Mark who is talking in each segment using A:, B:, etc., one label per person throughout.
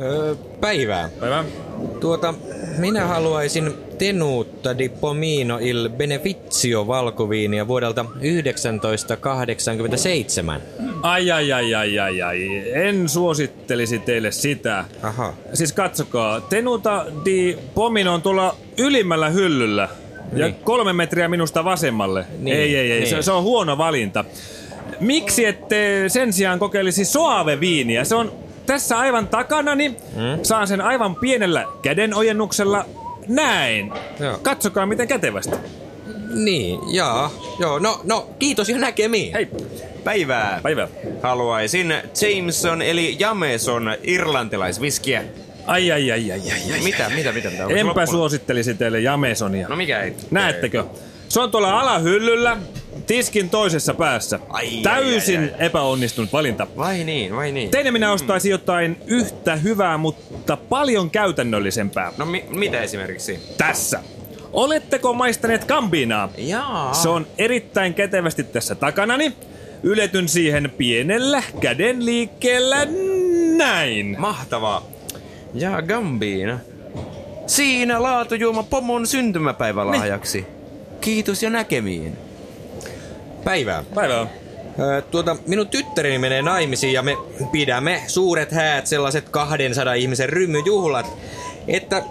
A: Öö, päivää.
B: Päivää.
A: Tuota, minä haluaisin Tenuutta di Pomino il Beneficio valkoviinia vuodelta 1987.
B: Ai, ai, ai, ai, ai, ai. En suosittelisi teille sitä.
A: Aha.
B: Siis katsokaa, Tenuta di Pomino on tuolla ylimmällä hyllyllä. Ja
A: Niin.
B: kolme metriä minusta vasemmalle.
A: Niin,
B: ei, ei, ei. Se,
A: niin.
B: se on huono valinta. Miksi ette sen sijaan kokeilisi soave-viiniä? Se on tässä aivan takana, niin mm? saan sen aivan pienellä kädenojennuksella. Näin.
A: Joo.
B: Katsokaa miten kätevästi.
A: Niin, jaa. Joo, no, no, kiitos ja näkemiin.
B: Hei,
C: Päivää.
B: päivää.
C: Haluaisin Jameson eli Jameson irlantilaisviskiä.
B: Ai, ai, ai, ai, ai, ai.
C: Mitä, mitä, mitä? mitä? Onko
B: Enpä
C: loppunut?
B: suosittelisi teille Jamesonia.
C: No mikä ei?
B: Näettekö? Se on tuolla alahyllyllä, tiskin toisessa päässä.
C: Ai, ai,
B: Täysin
C: ai,
B: epäonnistunut valinta.
C: Vai niin, vai niin.
B: Teille minä ostaisin jotain yhtä hyvää, mutta paljon käytännöllisempää.
C: No mi- mitä esimerkiksi?
B: Tässä. Oletteko maistaneet kambinaa?
C: Jaa.
B: Se on erittäin kätevästi tässä takanani. Yletyn siihen pienellä kädenliikkeellä näin.
C: Mahtavaa. Ja Gambiina. Siinä laatujuoma pomon syntymäpäivälahjaksi. Kiitos ja näkemiin.
A: Päivää.
B: Päivää.
A: Öö, tuota, minun tyttäreni menee naimisiin ja me pidämme suuret häät, sellaiset 200 ihmisen rymyjuhlat. Että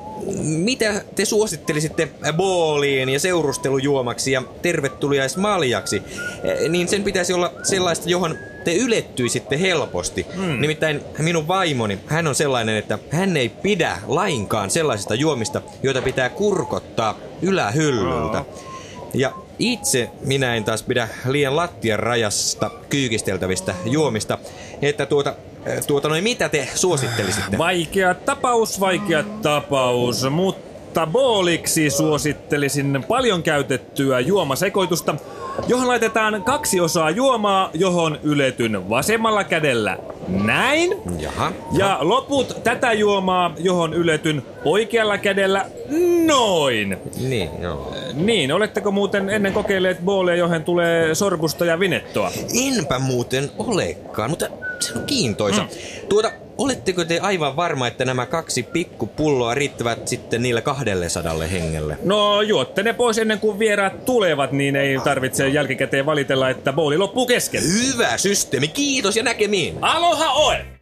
A: mitä te suosittelisitte booliin ja seurustelujuomaksi ja tervetuliaismaljaksi, Eh, niin sen pitäisi olla sellaista, johon te ylettyisitte helposti. Mm. Nimittäin minun vaimoni, hän on sellainen, että hän ei pidä lainkaan sellaisista juomista, joita pitää kurkottaa ylähyllyltä. Ja itse minä en taas pidä liian lattian rajasta kyykisteltävistä juomista, että tuota, äh, tuota noin mitä te suosittelisitte?
B: Vaikea tapaus, vaikea tapaus, mutta booliksi suosittelisin paljon käytettyä juomasekoitusta, johon laitetaan kaksi osaa juomaa, johon yletyn vasemmalla kädellä näin,
A: Jaha.
B: ja loput tätä juomaa, johon yletyn oikealla kädellä noin.
A: Niin, joo.
B: Niin, oletteko muuten ennen kokeilleet booleja, johon tulee sorbusta ja vinettoa?
A: Enpä muuten olekaan, mutta se on kiintoisa. Mm. Tuota, oletteko te aivan varma, että nämä kaksi pikkupulloa riittävät sitten niille 200 hengelle?
B: No juotte ne pois ennen kuin vieraat tulevat, niin ei tarvitse jälkikäteen valitella, että booli loppuu kesken.
A: Hyvä systeemi, kiitos ja näkemiin!
B: Aloha oe!